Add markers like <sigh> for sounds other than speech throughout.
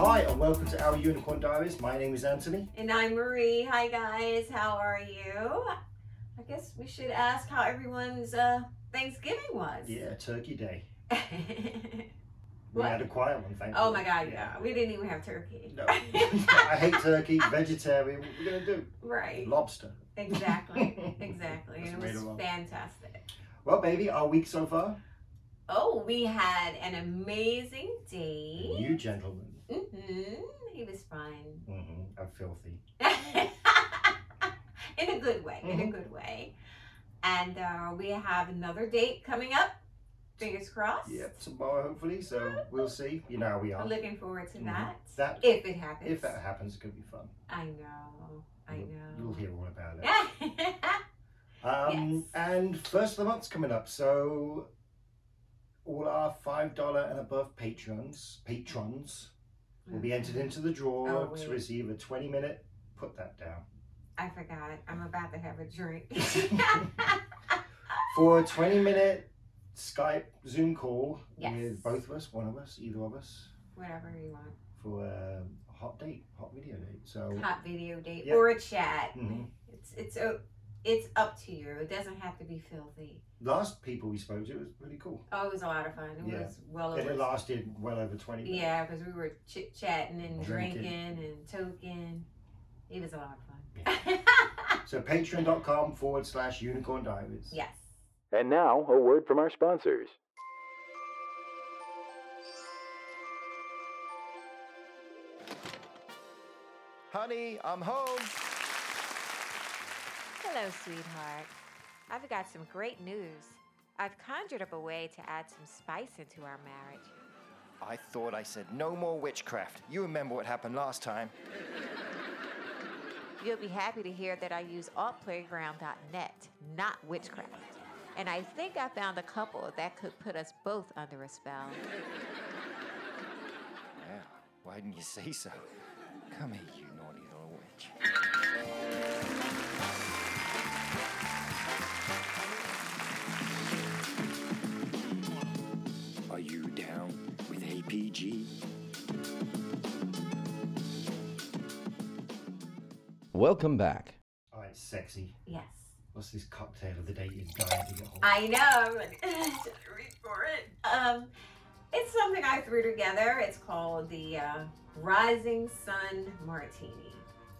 and welcome to Our Unicorn Diaries. My name is Anthony. And I'm Marie. Hi guys, how are you? I guess we should ask how everyone's uh, Thanksgiving was. Yeah, Turkey Day. We What? had a quiet one, thank <laughs> oh you. my God, yeah. We didn't even have turkey. No, I hate turkey, vegetarian. What are we going to do? Right. Lobster. <laughs> Exactly. exactly. That's it made was it wrong. fantastic. Well, baby, our week so far? Oh, we had an amazing You day. New gentleman. Mm-hmm. He was fun. Mm-hmm. I'm filthy. <laughs> in a good way, in a Mhm. good way. And uh, we have another date coming up. Fingers crossed. Yep, tomorrow hopefully, so we'll see. You know how we are. I'm looking forward to Mhm. that. That, If it happens. if that happens, it could be fun. I know. I You'll know. <laughs> hear all about it. Yeah. Um, Yes. And first of the month's coming up, so all our five dollar and above patrons, patrons, will be entered into the draw Oh, to wait. receive a twenty minute. Put that down <laughs> I forgot. I'm about to have a <laughs> drink. <laughs> for a twenty minute Skype Zoom call Yes. with both of us, one of us, either of us, Whatever you want. for a hot date, hot video date. So Hot video date Yep. or a chat. Mhm. It's it's o- it's up to you. It doesn't have to be filthy. last people we spoke to it was really cool, Oh, it was a lot of fun. It Yeah. was well and over it lasted well over twenty minutes. Yeah, because we were chit chatting and Drinking. drinking. and toking. It was a lot of fun. So patreon.com forward slash unicorn diaries. <laughs> yes. And now, a word from our sponsors. Honey, I'm home. Hello, sweetheart. I've got some great news. I've conjured up a way to add some spice into our marriage. I thought I said no more witchcraft. You remember what happened last time. You'll be happy to hear that I use altplayground.net, not witchcraft. And I think I found a couple that could put us both under a spell. Yeah, why didn't you say so? Come here, you naughty little witch. Are you down with APG? Welcome back. All right, sexy. Yes. What's this cocktail of the day you're dying to get hold of? I know. <laughs> Should I read for it? Um, it's something I threw together. It's called the uh, Rising Sun Martini.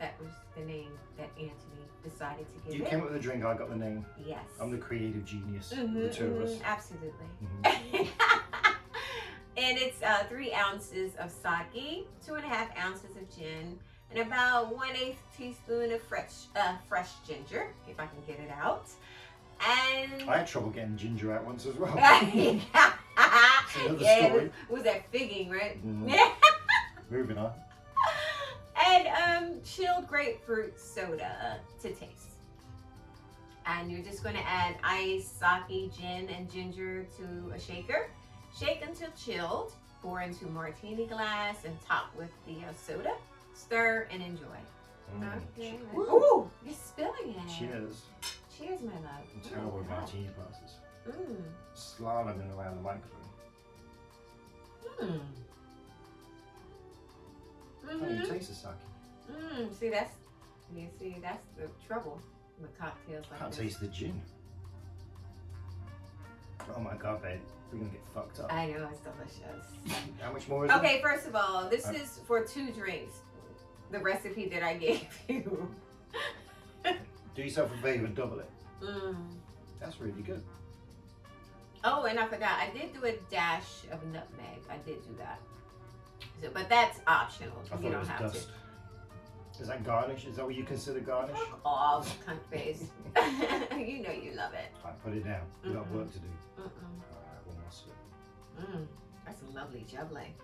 That was the name that Anthony decided to give You it. came up with a drink, I got the name. yes. I'm the creative genius, of the Mhm, two of us. mhm, Absolutely. Mhm. <laughs> and it's uh, three ounces of sake, two and a half ounces of gin, and about one eighth teaspoon of fresh uh, fresh ginger, if I can get it out. And <laughs> I had trouble getting ginger out once as well. yeah, another it was, story. was that figging, right? Mhm. <laughs> Moving on. and um, chilled grapefruit soda to taste. And you're just going to add ice, sake, gin, and ginger to a shaker. Shake until chilled. Pour into martini glass and top with the uh, soda. Stir and enjoy. Mm. Okay. Woo. Ooh, you're spilling it. Cheers. Cheers, my love. I'm Oh, terrible with wow. martini glasses. Mm. Slaloming around the microphone. Mm. Oh, you Mhm. taste the sake. Mm, see, that's you see, that's the trouble with cocktails like Can't this. taste the gin. Oh my god, babe. We're gonna get fucked up. I know it's delicious. How much more is it? okay, first of all, this Uh, is for two drinks. The recipe that I <laughs> gave you. Do yourself a favor and double it. Mm. That's really good. Oh, and I forgot, I did do a dash of nutmeg. I did do that. So, but that's optional. I you thought it don't was have to. dust. Is that garnish? Is that what you consider garnish? Fuck off, cunt face. <laughs> <laughs> you know you love it. I put it down. We got Mhm. work to do. Mm-mm. All right, one more sip. Mm, that's a lovely Mm. jubbly.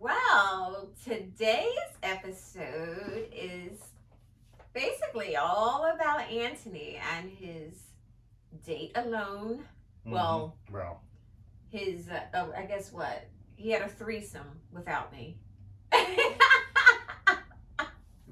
Well, today's episode is basically all about Anthony and his date alone. Well- Mhm. well, His, uh, oh, I guess what? He had a threesome without me.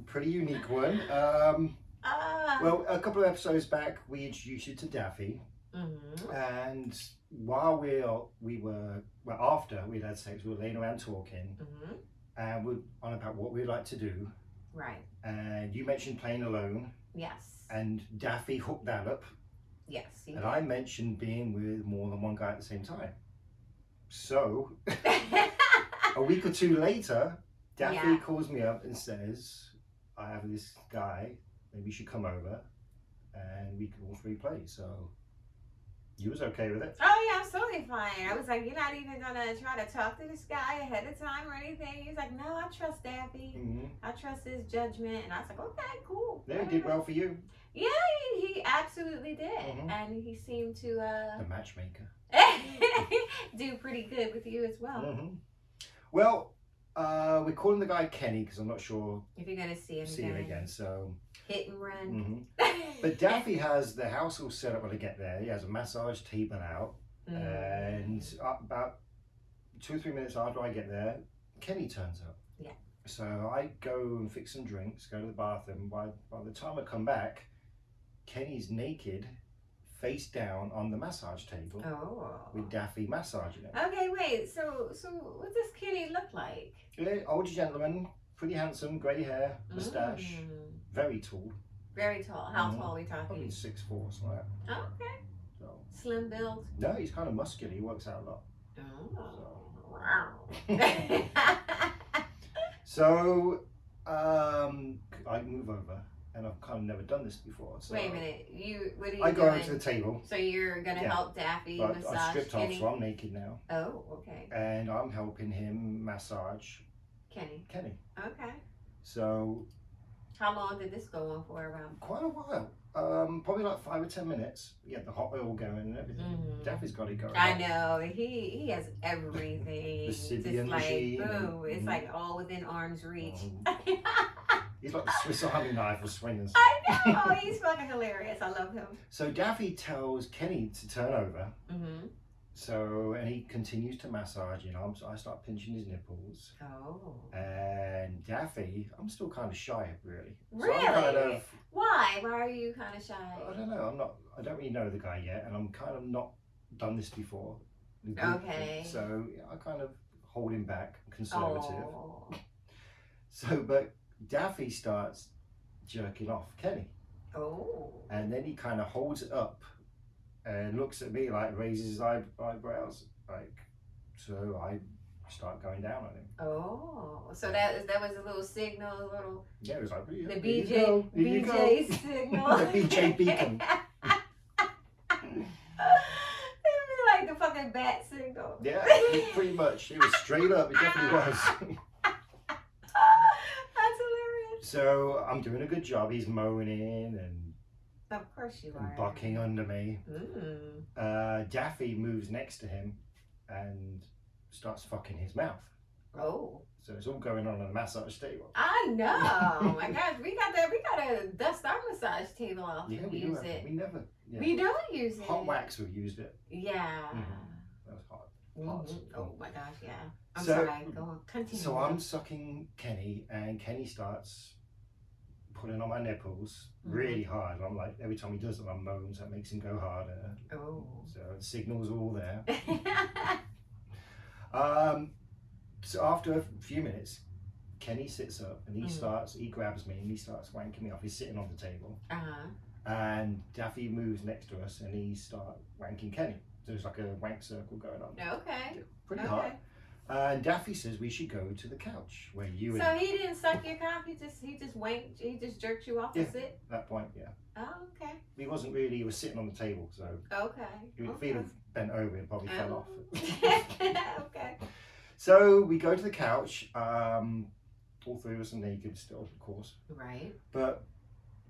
pretty unique one. Um, Ah. well, a couple of episodes back, we introduced you to Daffy, Mhm. and while we are, we were well after we'd had sex, we were laying around talking, Mhm. and we're on about what we'd like to do. Right. And you mentioned playing alone, Yes. and Daffy hooked that up, yes. you and I mentioned being with more than one guy at the same time. So did. a week or two later, Daffy Yeah. calls me up and says, I have this guy, maybe you should come over and we can all three play. So you was okay with it. <laughs> Oh yeah, I'm totally fine. I was like, you're not even gonna try to talk to this guy ahead of time or anything. He's like, no, I trust Daffy. hmm I trust his judgment, and I was like, okay, cool. Yeah, it did well for you, Yeah, he, he absolutely did, Mhm. and he seemed to the matchmaker. uh, <laughs> do pretty good with you as well. hmm Well, uh, we're calling the guy Kenny because I'm not sure If you're gonna see him, see him again. So, hit and run. <laughs> mhm. but Daffy has the house all set up when I get there. He has a massage table out, Mm. And uh, about two or three minutes after I get there, Kenny turns up. Yeah. So I go and fix some drinks, go to the bathroom. By, by the time I come back, Kenny's naked, face down on the massage table oh. with Daffy massaging him. Okay, wait. So, so what does Kenny look like? Yeah, older gentleman, pretty handsome, grey hair, moustache, Mm. very tall, Very tall. How Mhm. tall are we talking? probably six four, something like that. Oh, okay. So Slim build. no, he's kind of muscular. He works out a lot. Oh, <laughs> So um, I move over, and I've kind of never done this before. So Wait a minute. You what are you I go doing? over to the table, so you're gonna Yeah. help Daffy but massage I've stripped off, Kenny? so I'm naked now, Oh, okay. and I'm helping him massage Kenny. Kenny. Okay. So How long did this go on for around? quite a while, um, probably like five or ten minutes. We had the hot oil going and everything. Mhm. Daffy's got it going. I on. know he he has everything. Just Sibian like machine Mm-hmm. boom, and- it's like all within arm's reach. Mhm. <laughs> I He's like the Swiss Army knife of swingers. know he's fucking hilarious. I love him. So Daffy tells Kenny to turn over. Mm-hmm. So and he continues to massage, you know. I'm, so I start pinching his nipples. Oh, and Daffy, I'm still kind of shy, really. Really? So I'm kind of, why? Why are you kind of shy? I don't know. I'm not. I don't really know the guy yet, and I'm kind of not done this before. the group thing. Okay. So yeah, I kind of hold him back, I'm conservative. Oh. So, but Daffy starts jerking off Kenny, Oh. and then he kind of holds it up and looks at me like raises his eye- eyebrows, like. So I start going down on him. Oh. So that that was a little signal, a little Yeah, it was like the "Here you BJ go, here you BJ go." <laughs> <laughs> signal. The BJ <laughs> beacon. It'd be like the fucking bat signal. <laughs> Yeah, pretty much. It was straight up. It definitely was. <laughs> That's hilarious. so I'm doing a good job. He's moaning and, Of course you are. and bucking under me. Mm. Uh, Daffy moves next to him and starts fucking his mouth. Oh, So it's all going on on the massage table. I <laughs> know. My gosh, we got that. We gotta dust our massage table off Yeah, and we, do use have- it. we never. Yeah. We don't use it. Hot wax, we used it. Yeah. Mhm. That was hot. Hot. Mhm. Oh my gosh, yeah. I'm So- sorry. Go on. Continue. So I'm sucking Kenny, and Kenny starts pulling on my nipples Mhm. really hard. And I'm like, every time he does it, I moans. That makes him go harder. Oh. So the signal's all there. <laughs> oh Um, so after a few minutes, Kenny sits up and he Mhm. starts, he grabs me and he starts wanking me off. He's sitting on the table. Uh-huh. And Daffy moves next to us and he starts wanking Kenny. So it's like a wank circle going on. okay. Pretty Oh, okay. hot. And Daffy says we should go to the couch where you and So he didn't suck your cock. He just he just wanked. He just jerked you off. Yeah. That's it. at that point, yeah. Oh, okay. He wasn't really, he was sitting on the table, so Okay. if he'd okay. have bent over, it probably fell off. <laughs> Oh. <laughs> okay. so we go to the couch. Um, all three of us are naked still, of course. Right. but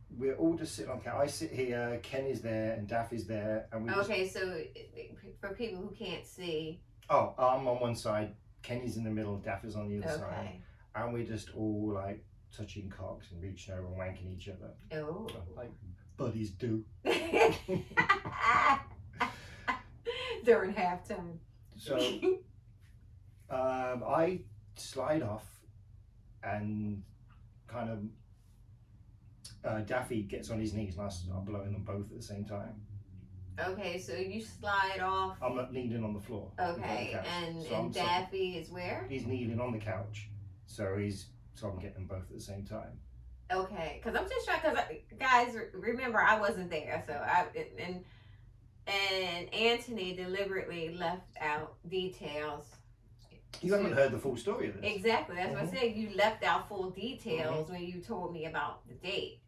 we're all just sitting on the couch. I sit here, Ken is there, and Daff is there, and we just Okay. So it- for people who can't see, oh, I'm on one side, Kenny's in the middle, Daff is on the other side, okay. and we're just all like touching cocks and reaching over and wanking each other, Oh. like buddies do. <laughs> During halftime. So um, I slide off and kind of uh, Daffy gets on his knees and I start blowing them both at the same time. Okay, so you slide off. I'm uh, kneeling on the floor. in front of the Okay, couch. and, So I'm and sort of- Daffy is where? He's kneeling on the couch, so he's so I'm getting them both at the same time. Okay, because I'm just trying. Because guys, re- remember I wasn't there, so I and and Anthony deliberately left out details. You haven't heard the full story of this. Exactly. That's Mhm. what I said. You left out full Mm-hmm. details when you told me about the date,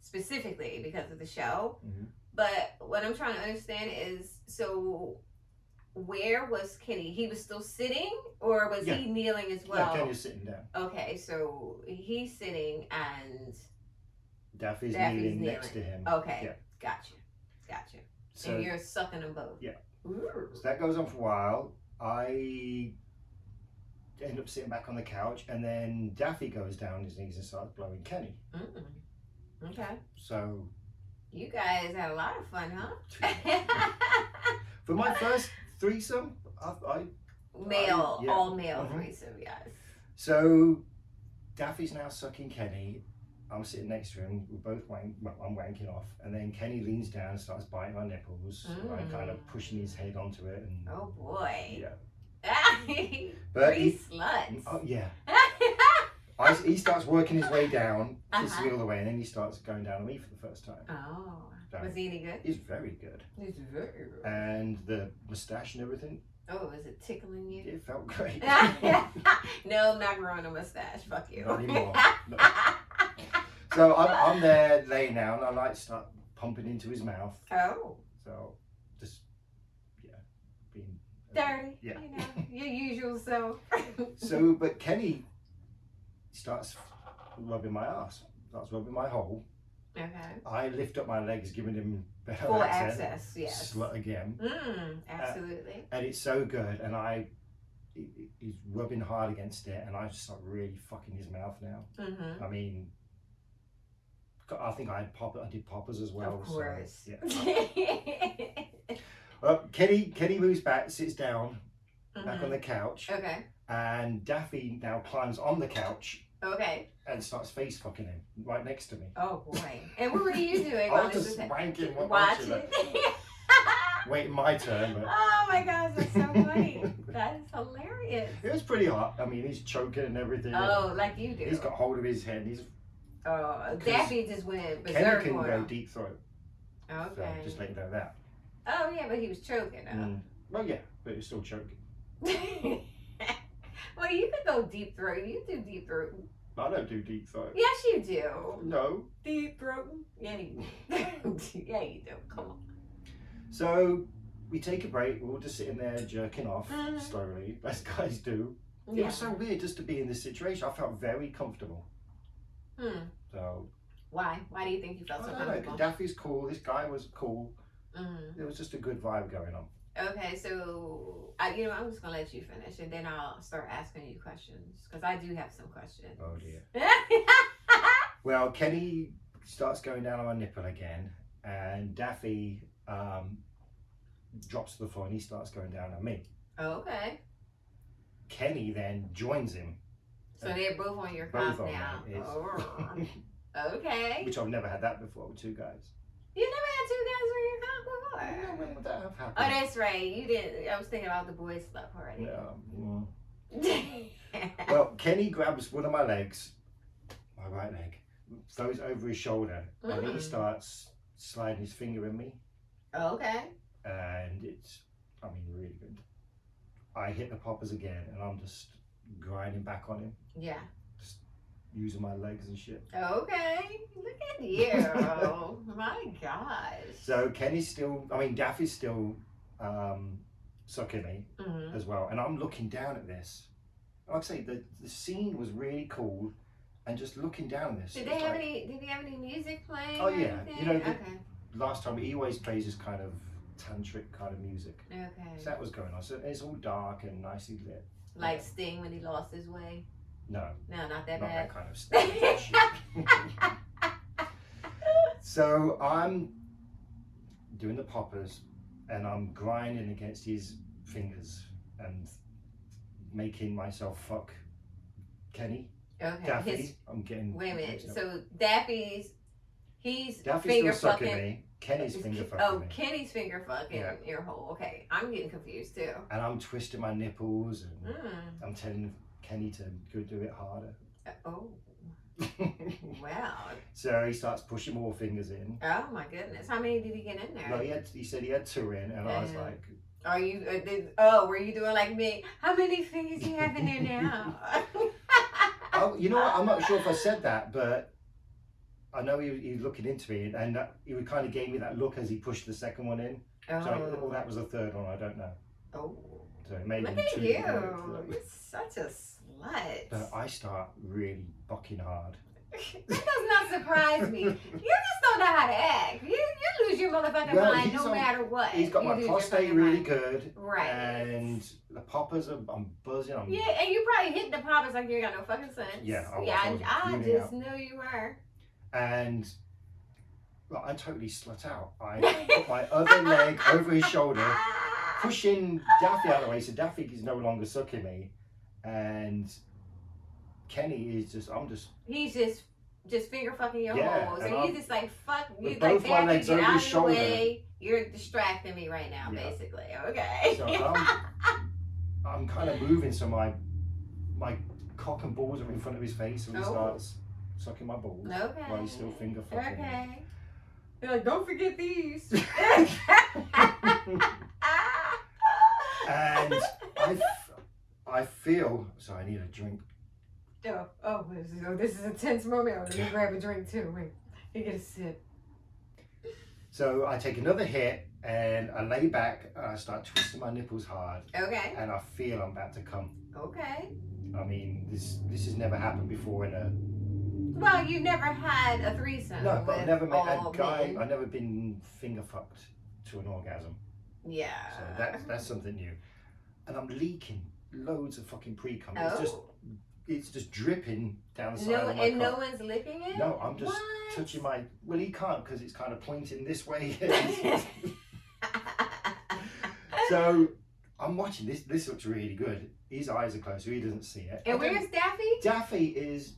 specifically because of the show. Mhm. But what I'm trying to understand is so where was Kenny? He was still sitting, or was Yeah. he kneeling as Yeah, well? Kenya's sitting down. okay, so he's sitting and Daffy's, Daffy's kneeling, kneeling. next to him. okay, Yeah. gotcha, gotcha. So, and you're sucking them both. Yeah. Ooh. so that goes on for a while. I end up sitting back on the couch, and then Daffy goes down his knees and starts blowing Kenny. Mm-mm. Okay. So You guys had a lot of fun, <laughs> <laughs> huh? for my first threesome, I, I male, Uh, yeah. all male Mhm. threesome, yes. so Daffy's now sucking Kenny. I'm sitting next to him. We're both wank- well, I'm wanking off, and then Kenny leans down and starts biting my nipples. and I'm kind of Mm. pushing his head onto it, and Oh boy. yeah, <laughs> but Three he, sluts. oh, yeah. I, he starts working his way down, kisses me all the way, and then he starts going down on me for the first time. <laughs> Uh-huh. oh. Damn. Was he any good? He's very good, He's very good. and the moustache and everything, Oh, was it tickling you? it <laughs> felt <laughs> great. no, I'm not growing a mustache. Fuck you. Not anymore. No. So I'm, I'm there laying down, and I like start pumping into his mouth. <laughs> oh. So just yeah, being uh, Dirty. Yeah. You know, your usual self. So, but Kenny starts rubbing my ass, starts rubbing my hole. okay. I lift up my legs, giving him better Full access, yes. Slut again. Uh, Mm, absolutely. and it's so good and i he- he- he's rubbing hard against it and i just start really fucking his mouth now mm-hmm. i mean co- i think i had pop i did poppers as well of course. <laughs> Mm-hmm. so, yeah. <laughs> uh, kenny kenny moves back sits down back on the Mm-hmm. couch Okay. and daffy now climbs on the couch Okay. and starts face fucking him right next to me Oh boy. And what were you doing? i while was this just was wanking happening? wa- watching Watching. it waiting my turn but <laughs> oh my gosh, that's so funny. that is <laughs> hilarious. it was pretty hot i mean he's choking and everything Oh, like you do. he's got hold of his head he's oh, Daffy just went Kenny berserk can on go him. deep throat. So Okay. just let you know that. oh yeah, but he was choking him. Mm. Well, yeah, but it's still choking. Mm. <laughs> well, you could go deep throat. You do deep throat. I don't do deep throat. Yes, you do. No. Deep throat. Yeah, you yeah, you do. <laughs> Come on. So we take a break. We're all just sitting there jerking off Mhm. slowly, as guys do. It Yeah. was so weird just to be in this situation. I felt very comfortable. Hmm. So Why? Why do you think you I felt so don't know. comfortable? Daffy's cool. This guy was cool. Mm. There was just a good vibe going on. Okay, so I, you know, I'm just gonna let you finish, and then I'll start asking you questions because I do have some questions. Oh dear. Well, Kenny starts going down on my nipple again, and Daffy um, drops to the floor and he starts going down on me. <laughs> okay, Kenny then joins him, so they're both on your both cock on now. that is- Oh, okay, <laughs> which I've never had that before with two guys. you never had two guys on your cock When before. would that have Oh, happened? that's right. You did. I was thinking about the boys' club party. No. Well, Kenny grabs one of my legs, my right leg, throws it over his shoulder, and he Mm. starts sliding his finger in me, <laughs> okay. and it's, I mean, really good. I hit the poppers again, and I'm just grinding back on him, Yeah. using my legs and shit. Okay. Look at <laughs> you. My gosh. So Kenny's still, I mean, Daffy's still um, sucking me. Mhm. as well. And I'm looking down at this. Like I say, the, the scene was really cool. And just looking down at this. Did it's they have like- any? Did they have any music playing? Oh, or yeah. You anything? know, the- okay. Last time, he always plays this kind of tantric kind of music. Okay. So that was going on. So it's all dark and nicely lit. like Sting when he lost his way. No, No, not that not bad. that kind of stuff. <laughs> so I'm doing the poppers and I'm grinding against his fingers and making myself fuck Kenny. Okay. Daffy. His, I'm getting. wait a mixed minute. up. So Daffy's He's Daffy's finger still sucking fucking. me. Kenny's is finger Ke- fucking oh, me. Kenny's finger fucking Yeah. ear hole. Okay, I'm getting confused too. and I'm twisting my nipples and Mm. I'm telling Kenny to go do it harder. <laughs> Uh, Oh, wow. so he starts pushing more fingers in. Oh my goodness. How many did he get in there? No, he had. He said he had two in, and I was Yeah. like, Are you? Uh, did, oh, were you doing like me? How many fingers you have in there <laughs> now? <laughs> "Oh, you know what? I'm not sure if I said that, but I know he, he was looking into me, and that, he would kind of gave me that look as he pushed the second one in. Oh. So, I- or that was the third one. I don't know. oh. So it made Look him at two. you. You're such a slut. But I start really fucking hard. that does not surprise me. You just don't know how to act. You, you lose your motherfucking Well, mind he's no on- matter what. He's got You my lose your prostate fucking really mind. good, Right. and the poppers are. I'm buzzing. I'm yeah, and you probably hit the poppers like you got no fucking sense. Yeah, I was- I yeah, was I, I bleeding just knew you were. and like, I totally slut out. <laughs> I put my other leg over his shoulder, Ah. pushing Daffy out of the way, so Daffy is no longer sucking me, and Kenny is just <laughs> I'm just He's just just finger fucking your Yeah, holes, and and I'm- he's just like fuck. with You like both my Daffy, legs get over out his of the shoulder. way. You're distracting me right now, Yeah. basically. Okay. so uh, I'm I'm kind of moving, so my my cock and balls are in front of his face, and he Oh. starts sucking my <laughs> balls okay. while he's still finger fucking. me. Okay. They're like, don't forget <laughs> these. <laughs> And I f- I feel so I need a drink. oh, oh, this is, oh, this is a tense moment. Let me grab a drink too. Wait, you get a sip. So I take another hit and I lay back and I start twisting my nipples hard Okay. and I feel I'm about to come. Okay. I mean, this this has never happened before in a Well, you never had a threesome. no, but with I've never met a all guy. men. I've never been finger fucked to an orgasm. Yeah. So that's that's something new. And I'm leaking loads of fucking pre cum. It's Oh. just it's just dripping down the side no, of my and no cock. one's licking it. No, I'm just What? touching <laughs> my. Well, he can't because it's kind of pointing this way. <laughs> so I'm watching this. This looks really good. His eyes are closed, so he doesn't see it. I and don't- where's Daffy? Daffy is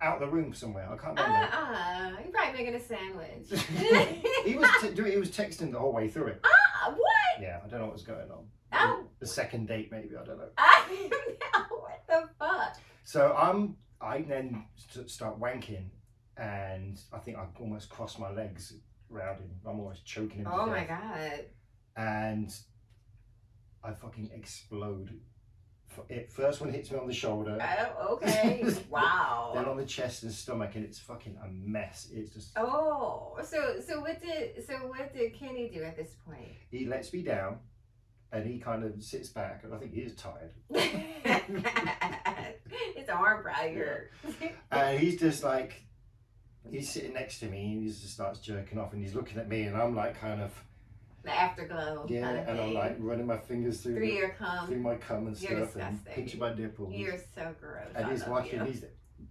out the room somewhere. I can't Uh remember. uh, you're probably making a sandwich. <laughs> <laughs> uh, he was t- doing. He was texting the whole way through it. what? <laughs> Yeah, I don't know what was going on. Oh, The second date, maybe I don't know. I what the fuck? So I'm. I then st- start wanking, and I think I almost crossed my legs round him. I'm almost choking him. to Oh my death. god. And I fucking explode. F- It first one hits me on the shoulder. Oh, <laughs> okay. then wow. on the chest and stomach, and it's fucking a mess. It's just Oh, so so what did so what did Kenny do at this point? <laughs> he lets me down, and he kind of sits back, and I think he is tired, it's arm probably hurt. and he's just like he's sitting next to me, and he just starts jerking off, and he's looking at me, and I'm like kind of The afterglow. yeah, Oh, kind of and I'm thing. like running my fingers through Three the, year cum. through my cum and You're stuff, and disgusting. pinching my nipples, You're so gross. and I he's love watching, you. he's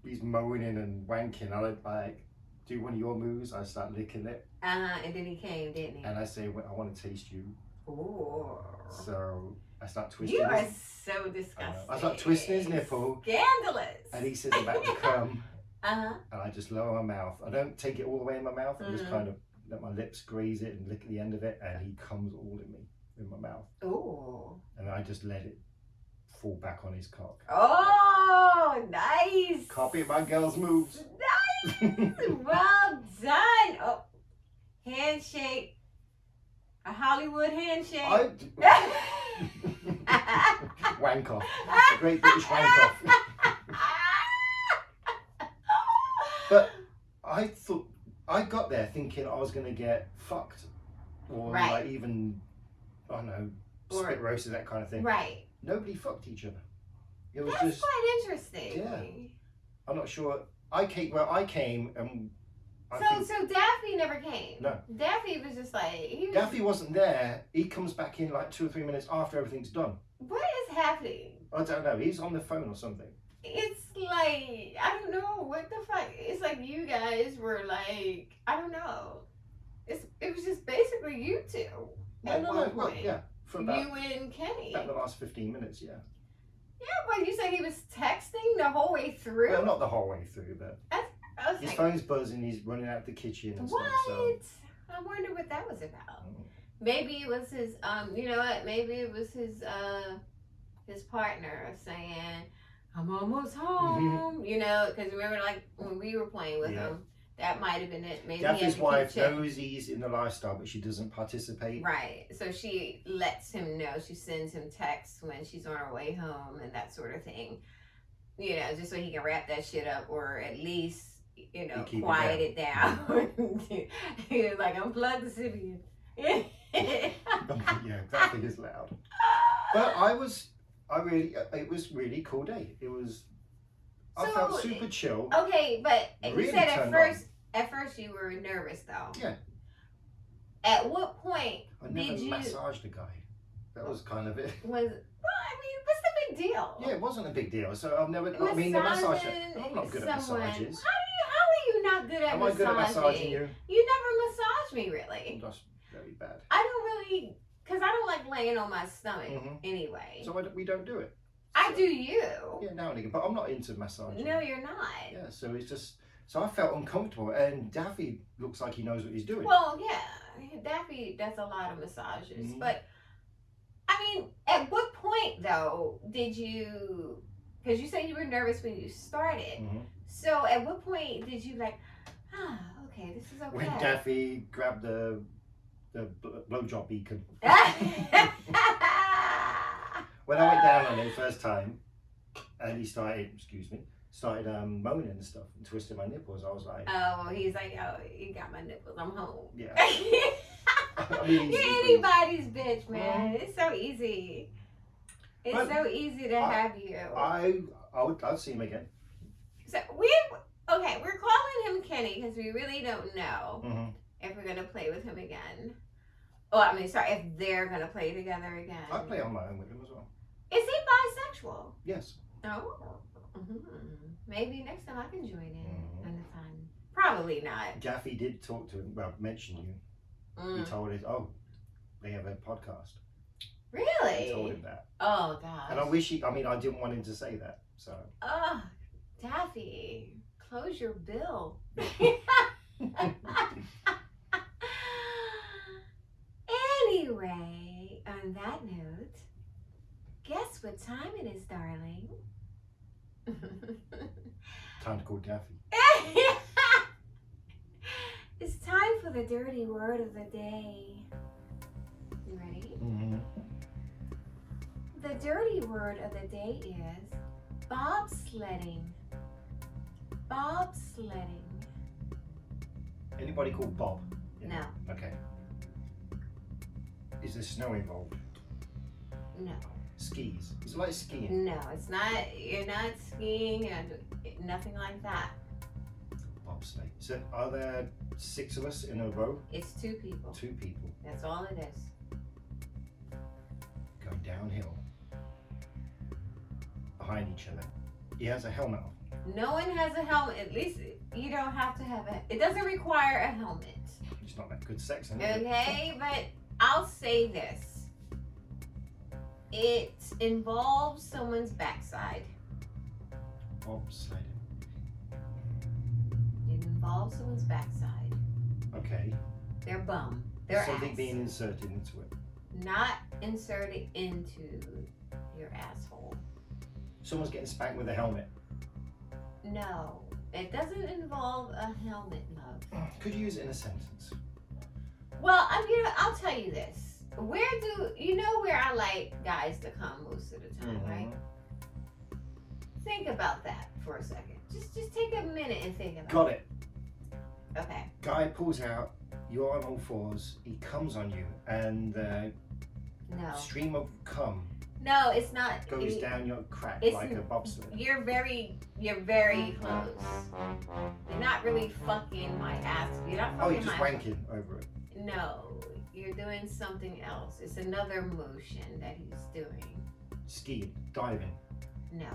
he's moaning and wanking. I like- like do one of your moves. I start licking it, Uh, and then he came, didn't he? and I say, well, I want to taste you, Ooh. so. I start twisting. Oh. You are his- so disgusting. I was like twisting his nipple. Scandalous. And he says <laughs> about to come, Uh-huh. and I just lower my mouth. I don't take it all the way in my mouth. I just Mhm. kind of let my lips graze it and lick the end of it, and he comes all in me in my mouth, Ooh. and I just let it fall back on his cock. Oh, nice. Copy my girl's moves. <laughs> Nice. well done. Oh, handshake. A Hollywood handshake. <laughs> I <laughs> wank off. A great British wank off. But I thought I got there thinking I was gonna get fucked, or Right. like even I don't know Or- spit roasted that kind of thing. right. Nobody fucked each other. It was That's just quite interesting. Yeah. I'm not sure. I came. Well, I came, and I So, think so Daffy never came. No. Daffy was just like he was. Daffy wasn't there. He comes back in like two or three minutes after everything's done. What is happening? I don't know. He's on the phone or something. It's like I don't know what the fuck. It's like you guys were like I don't know. It's it was just basically you two. Yeah, And well, the well, boy. yeah, for about, you and Kenny. about the last fifteen minutes. Yeah. Yeah, but you said he was texting the whole way through. Well, not the whole way through, but Uh, I was His like, phone's buzzing. He's running out the kitchen and what? stuff. So Mm. I wonder what that was about. Maybe it was his. Um, you know what? Maybe it was his. Uh, his partner saying, "I'm almost home." You know, because remember, like when we were playing with Mm-hmm. Yeah. him, that might have been it. Maybe he had Daffy's to keep wife check- knows he's in the lifestyle, but she doesn't participate. Right. So she lets him know. She sends him texts when she's on her way home and that sort of thing. You know, just so he can wrap that shit up or at least, you know, keep it quiet it down. <laughs> he was like, unplug the Sibian. <laughs> <laughs> yeah, that thing is loud. But I was, I really, it was really cool day. It was. I felt So- super chill. okay, but Really you said at turned first, at first you were nervous though. Yeah. At what point I never did you- massaged a guy. That was kind of it. <laughs> was? Well, I mean, what's the big deal? Yeah, it wasn't a big deal. So I've never. I mean, the massage. I'm not good at Massaging someone. massages. How do you? How are you not good at Am I massaging? good at massaging you? You never massage me really. That's very bad. I don't really, cause I don't like laying on my stomach Mhm. anyway. So I don't- we don't do it. I so- do you. Yeah, now and again. But I'm not into massaging. No, you're not. Yeah, so it's just. So I felt uncomfortable, and Daffy looks like he knows what he's doing. Well, yeah, Daffy does a lot of massages, Mhm. but I mean, at what point though did you? Because you said you were nervous when you started. Mhm. So at what point did you like? Ah, okay, this is okay. When <laughs> Daffy grabbed the the bl- blowjob <laughs> beacon, when I went down on him first time, and he started, excuse me, started um, moaning and stuff and twisting my nipples. I was like, <laughs> oh, he's like, oh, you got my nipples. I'm home. <laughs> yeah, <laughs> I mean, You're he's- anybody's bitch, man. It's so easy. It's But so easy to I- have you. I I would I'd see him again. so we okay. We're calling him Kenny because we really don't know hmm if we're gonna play with him again. Oh, I mean, sorry, if they're gonna play together again. I play on my own with him as well. Is he bisexual? Yes. Oh. Maybe next time I can join in Mhm. on the fun. Probably not. Daffy did talk to him. Well, mention you. He Mm. told us, oh, they have a podcast. He told Really? him that, Oh gosh. and I wish he. I mean, I didn't want him to say that. So Oh, Daffy, close your bill. anyway, on that note, guess what time it is, darling? time to call Daffy. it's time for the dirty word of the day. You ready? Mm-hmm. The dirty word of the day is bobsledding. Bobsledding. Anybody called Bob? No, Okay. Is there snow involved? no, Skis. It's like skiing. no. It's not. You're not skiing and nothing like that. Bobsleigh. So are there six of us in a row? It's two people. Two people That's all it is. going downhill behind each other. He has a helmet on. No one has a helmet. At least you don't have to have it. It doesn't require a helmet. It's not that good sex, is Oh, it? Okay, but I'll say this. It involves someone's backside. Bobsleigh. It involves someone's backside. Okay. Their bum. Their Something ass. being inserted into it. Not inserted into your asshole. Someone's getting spanked with a helmet. No. It doesn't involve a helmet, love. Oh, Could you use it in a sentence? Well, I'm you know, I'll tell you this. Where do you know where I like guys to come most of the Mm-hmm. time, right? Think about that for a second. Just just take a minute and think about Got it. it. Okay. Guy pulls out. You're on all fours. He comes on you, and the No. stream of cum No, it's not. goes you- down your crack It's- like a bobsled. You're very, you're very close. You're not really fucking my ass. You're not Oh, fucking you're just my. wanking over it. No, you're doing something else. It's another motion that he's doing. Skiing, diving. No.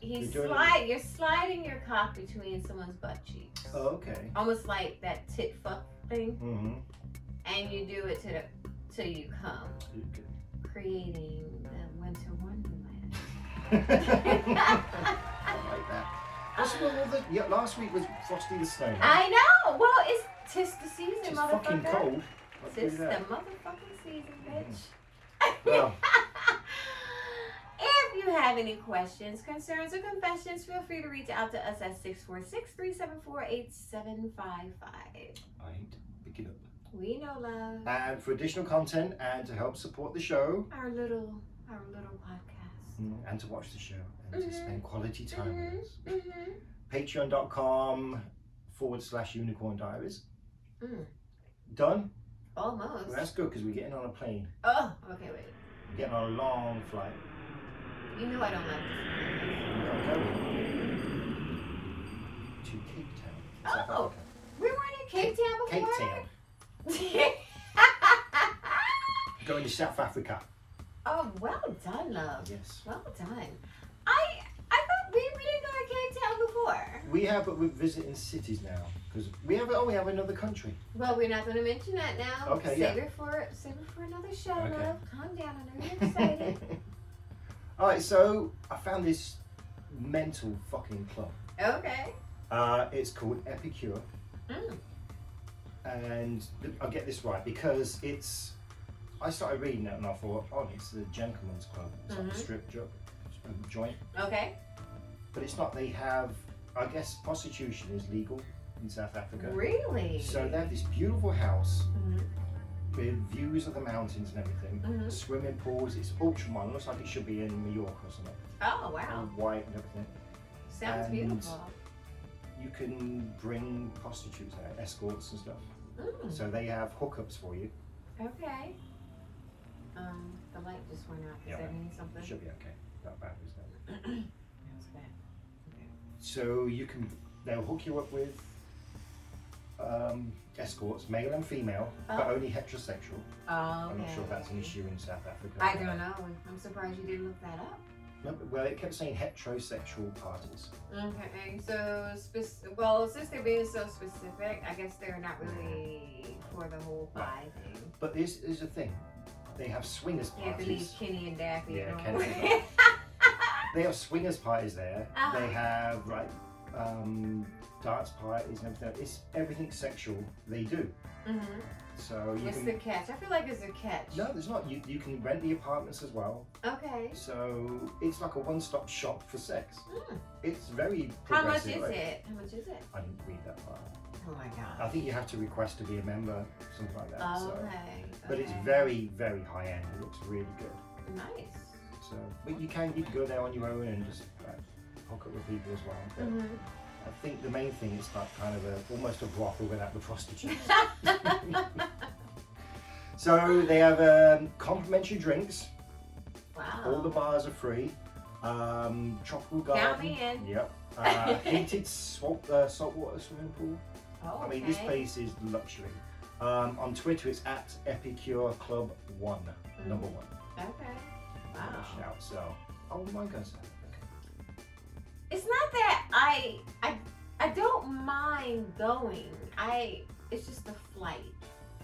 He's You're doing it- slide. You're sliding your cock between someone's butt cheeks, Oh, okay. almost like that tit fuck thing, Mm-hmm. and you do it to the till you come, creating the <laughs> winter wonderland. I like that. What's wrong with the, yeah, <laughs> last week was Frosty the Snowman. <laughs> I know. Well, it's tis the season, it's just motherfucker. fucking cold. I'll tell you Tis the that. motherfucking season, bitch. <laughs> Well, <laughs> if you have any questions, concerns, or confessions, feel free to reach out to us at 646 374 8755. I ain't picking up. We know love. And for additional content and to help support the show Our little, our little podcast. and to watch the show and Mhm. to spend quality time with us. Mm-hmm. Patreon.com forward slash unicorn diaries. Mm. Done? Almost. Well, that's good because we're getting on a plane. Oh, okay, wait. We're getting on a long flight. You know I don't like this. We're going to Cape Town. South Oh. Africa. We weren't in Cape Town Cape before. Town. Going to South Africa. <laughs> oh, well done, love. Oh, Yes. Well done. I I thought we, we didn't go to Cape Town before. We have, but we're visiting cities now because we have. Oh, we have another <laughs> country. Well, we're not going to mention that now. Okay, save yeah. It for, save it for another show, Okay. love. Calm down. I know you're excited. <laughs> All right, so I found this mental fucking club. okay. Uh, it's called Epicure, Mm. and th- I'll get this right because it's. I started reading it and I thought, oh, it's the gentleman's club. It's like Mhm. a strip jo- um, joint, Okay. but it's not. They have, I guess, prostitution is legal in South Africa. Really? So they have this beautiful house hmm with views of the mountains and everything. hmm Swimming pools, it's ultra modern, looks like it should be in New York or something. Oh, wow. White and everything. Sounds And- beautiful. You can bring prostitutes out, escorts and stuff. Mm. So they have hookups for you. Okay. Um, the light just went out. Does Yeah. that mean It <clears throat> something? should be okay. Not bad, is it? that was bad. So you can, they'll hook you up with um, escorts, male and female, but Oh. only heterosexual. Oh, okay. I'm not sure if that's an issue in South Africa. I don't know. I'm surprised you didn't look that up. No, well, it kept saying heterosexual parties. Okay, so spec- well, since they're being so specific, I guess they're not really for the whole pie thing. But this is the thing. They have swingers You have to leave parties. Kenny and Daffy. Oh, Yeah, alone. Kenny <laughs> and Daffy. They have swingers parties there. Uh-huh. They have like um, darts parties and everything. It's everything sexual they do. Mhm. So you What's can the catch? I feel like it's a catch. no, there's not. You you can rent the apartments as well. Okay. So it's like a one-stop shop for sex. Mm. It's very How much progressive. is like- it? How much is it? I didn't read that part. Oh my I god. think you have to request to be a member, something like that. Oh, Okay. So. But it's okay. very, very high end. It looks really good. nice. So, but you can you can go there on your own and just like, hook up with people as well. But hmm I think the main thing is like kind of a almost a brothel without the prostitutes. <laughs> so they have um, complimentary drinks. <laughs> wow. All the bars are free. Um, tropical Oh. Count garden. me in. <laughs> Yep. Uh, heated salt, uh, saltwater swimming pool. Oh, I mean, this okay. place is luxury. Um, on Twitter, it's at Epicure Club One, number one. Okay. Mm. Wow. Oh, Shout so. Oh my goodness. Okay. It's not that I I I don't mind going. I it's just the flight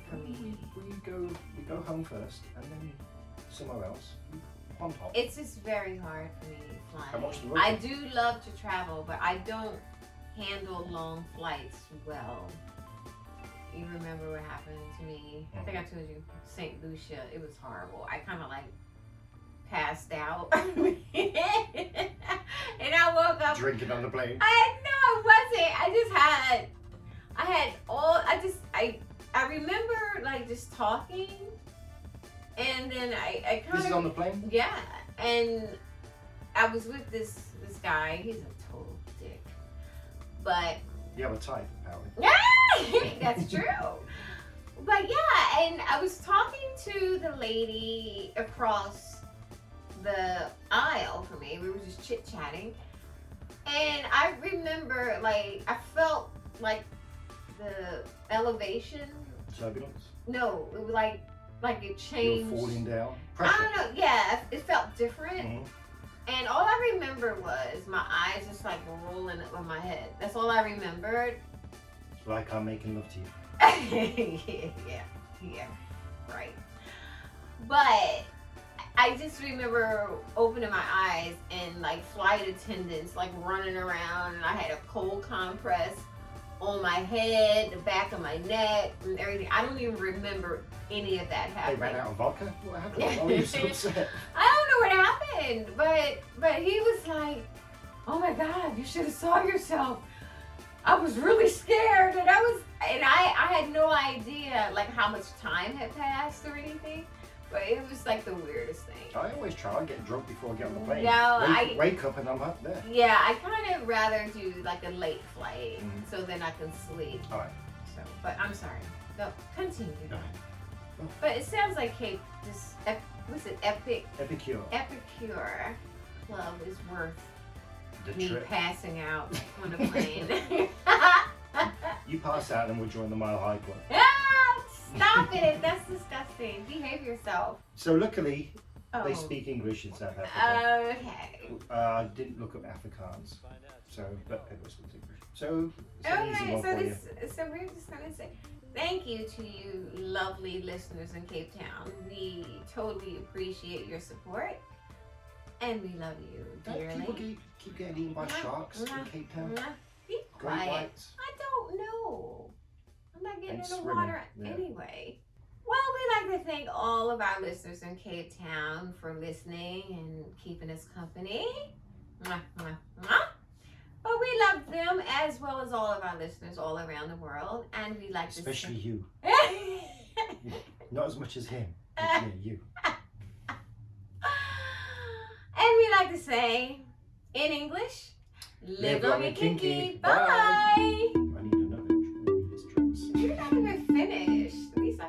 for me. We, we go we go home first and then somewhere else. Pond hop. It's just very hard for me How much flying. the road? I do love to travel, but I don't handle long flights well. You remember what happened to me? I think I Mm-hmm. told you St. Lucia. It was horrible. I kind of like passed out, <laughs> and I woke up Drinking on the plane. I no, I wasn't. I just had, I had all. I just I I remember like just talking, and then I I kind This is of on the plane. yeah, and I was with this this guy. He's a total dick, but <laughs> You have a type, apparently. <laughs> that's true. But yeah, and I was talking to the lady across the aisle from me. We were just chit chatting. And I remember, like, I felt like the elevation. Turbulence. No, it was like, like it You're changed. falling down. Pressure. I don't know. Yeah, it felt different. Mhm. And all I remember was my eyes just like rolling up on my head. That's all I remembered. <laughs> Like I'm making love to you. yeah, yeah, yeah, right. But I just remember opening my eyes and like flight attendants like running around, and I had a cold compress on my head, the back of my neck, and everything. I don't even remember any of that They happening. ran out of vodka. What happened? <laughs> Oh, you so upset. I don't know what happened, but but he was like, "Oh my God, you should have saw yourself." I was really scared, and I was, and I I had no idea like how much time had passed or anything, but it was like the weirdest thing. I always try and get drunk before I get on the plane. No, wake, I wake up and I'm up there. yeah, I kind of rather do like a late flight, Mhm. so then I can sleep. All right. So, but I'm sorry. No, continue. No. But it sounds like Cape this ep- was it epic Epicure. Epicure Club is worth The me trip. passing <laughs> out on a plane. <laughs> You pass out and we'll join the Mile High Club. Ah, Stop it! That's disgusting. Behave yourself. So luckily, Oh. they speak English in South Africa. Okay. Uh, I didn't look up Afrikaans, so but it was English. So it's an easy Okay, one so for you. this so we're just gonna say thank you to you lovely listeners in Cape Town. We totally appreciate your support and we love you Don't people dearly. keep, keep getting eaten by Mwah, sharks in mwah, Cape Town? mwah. Be Great quiet. whites. I don't know. I'm not getting And in the swimming, water yeah. anyway. Well, we'd like to thank all of our listeners in Cape Town for listening and keeping us company. Mwah, mwah, mwah. But we love them as well as all of our listeners all around the world, and we like Especially to. you. Not as much as <laughs> him. but Ah. Yeah, you. <laughs> and we like to say in English, live, long and kinky. Bye. Bye. I need another one of these drinks. You're not even finished. At least I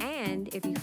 And if you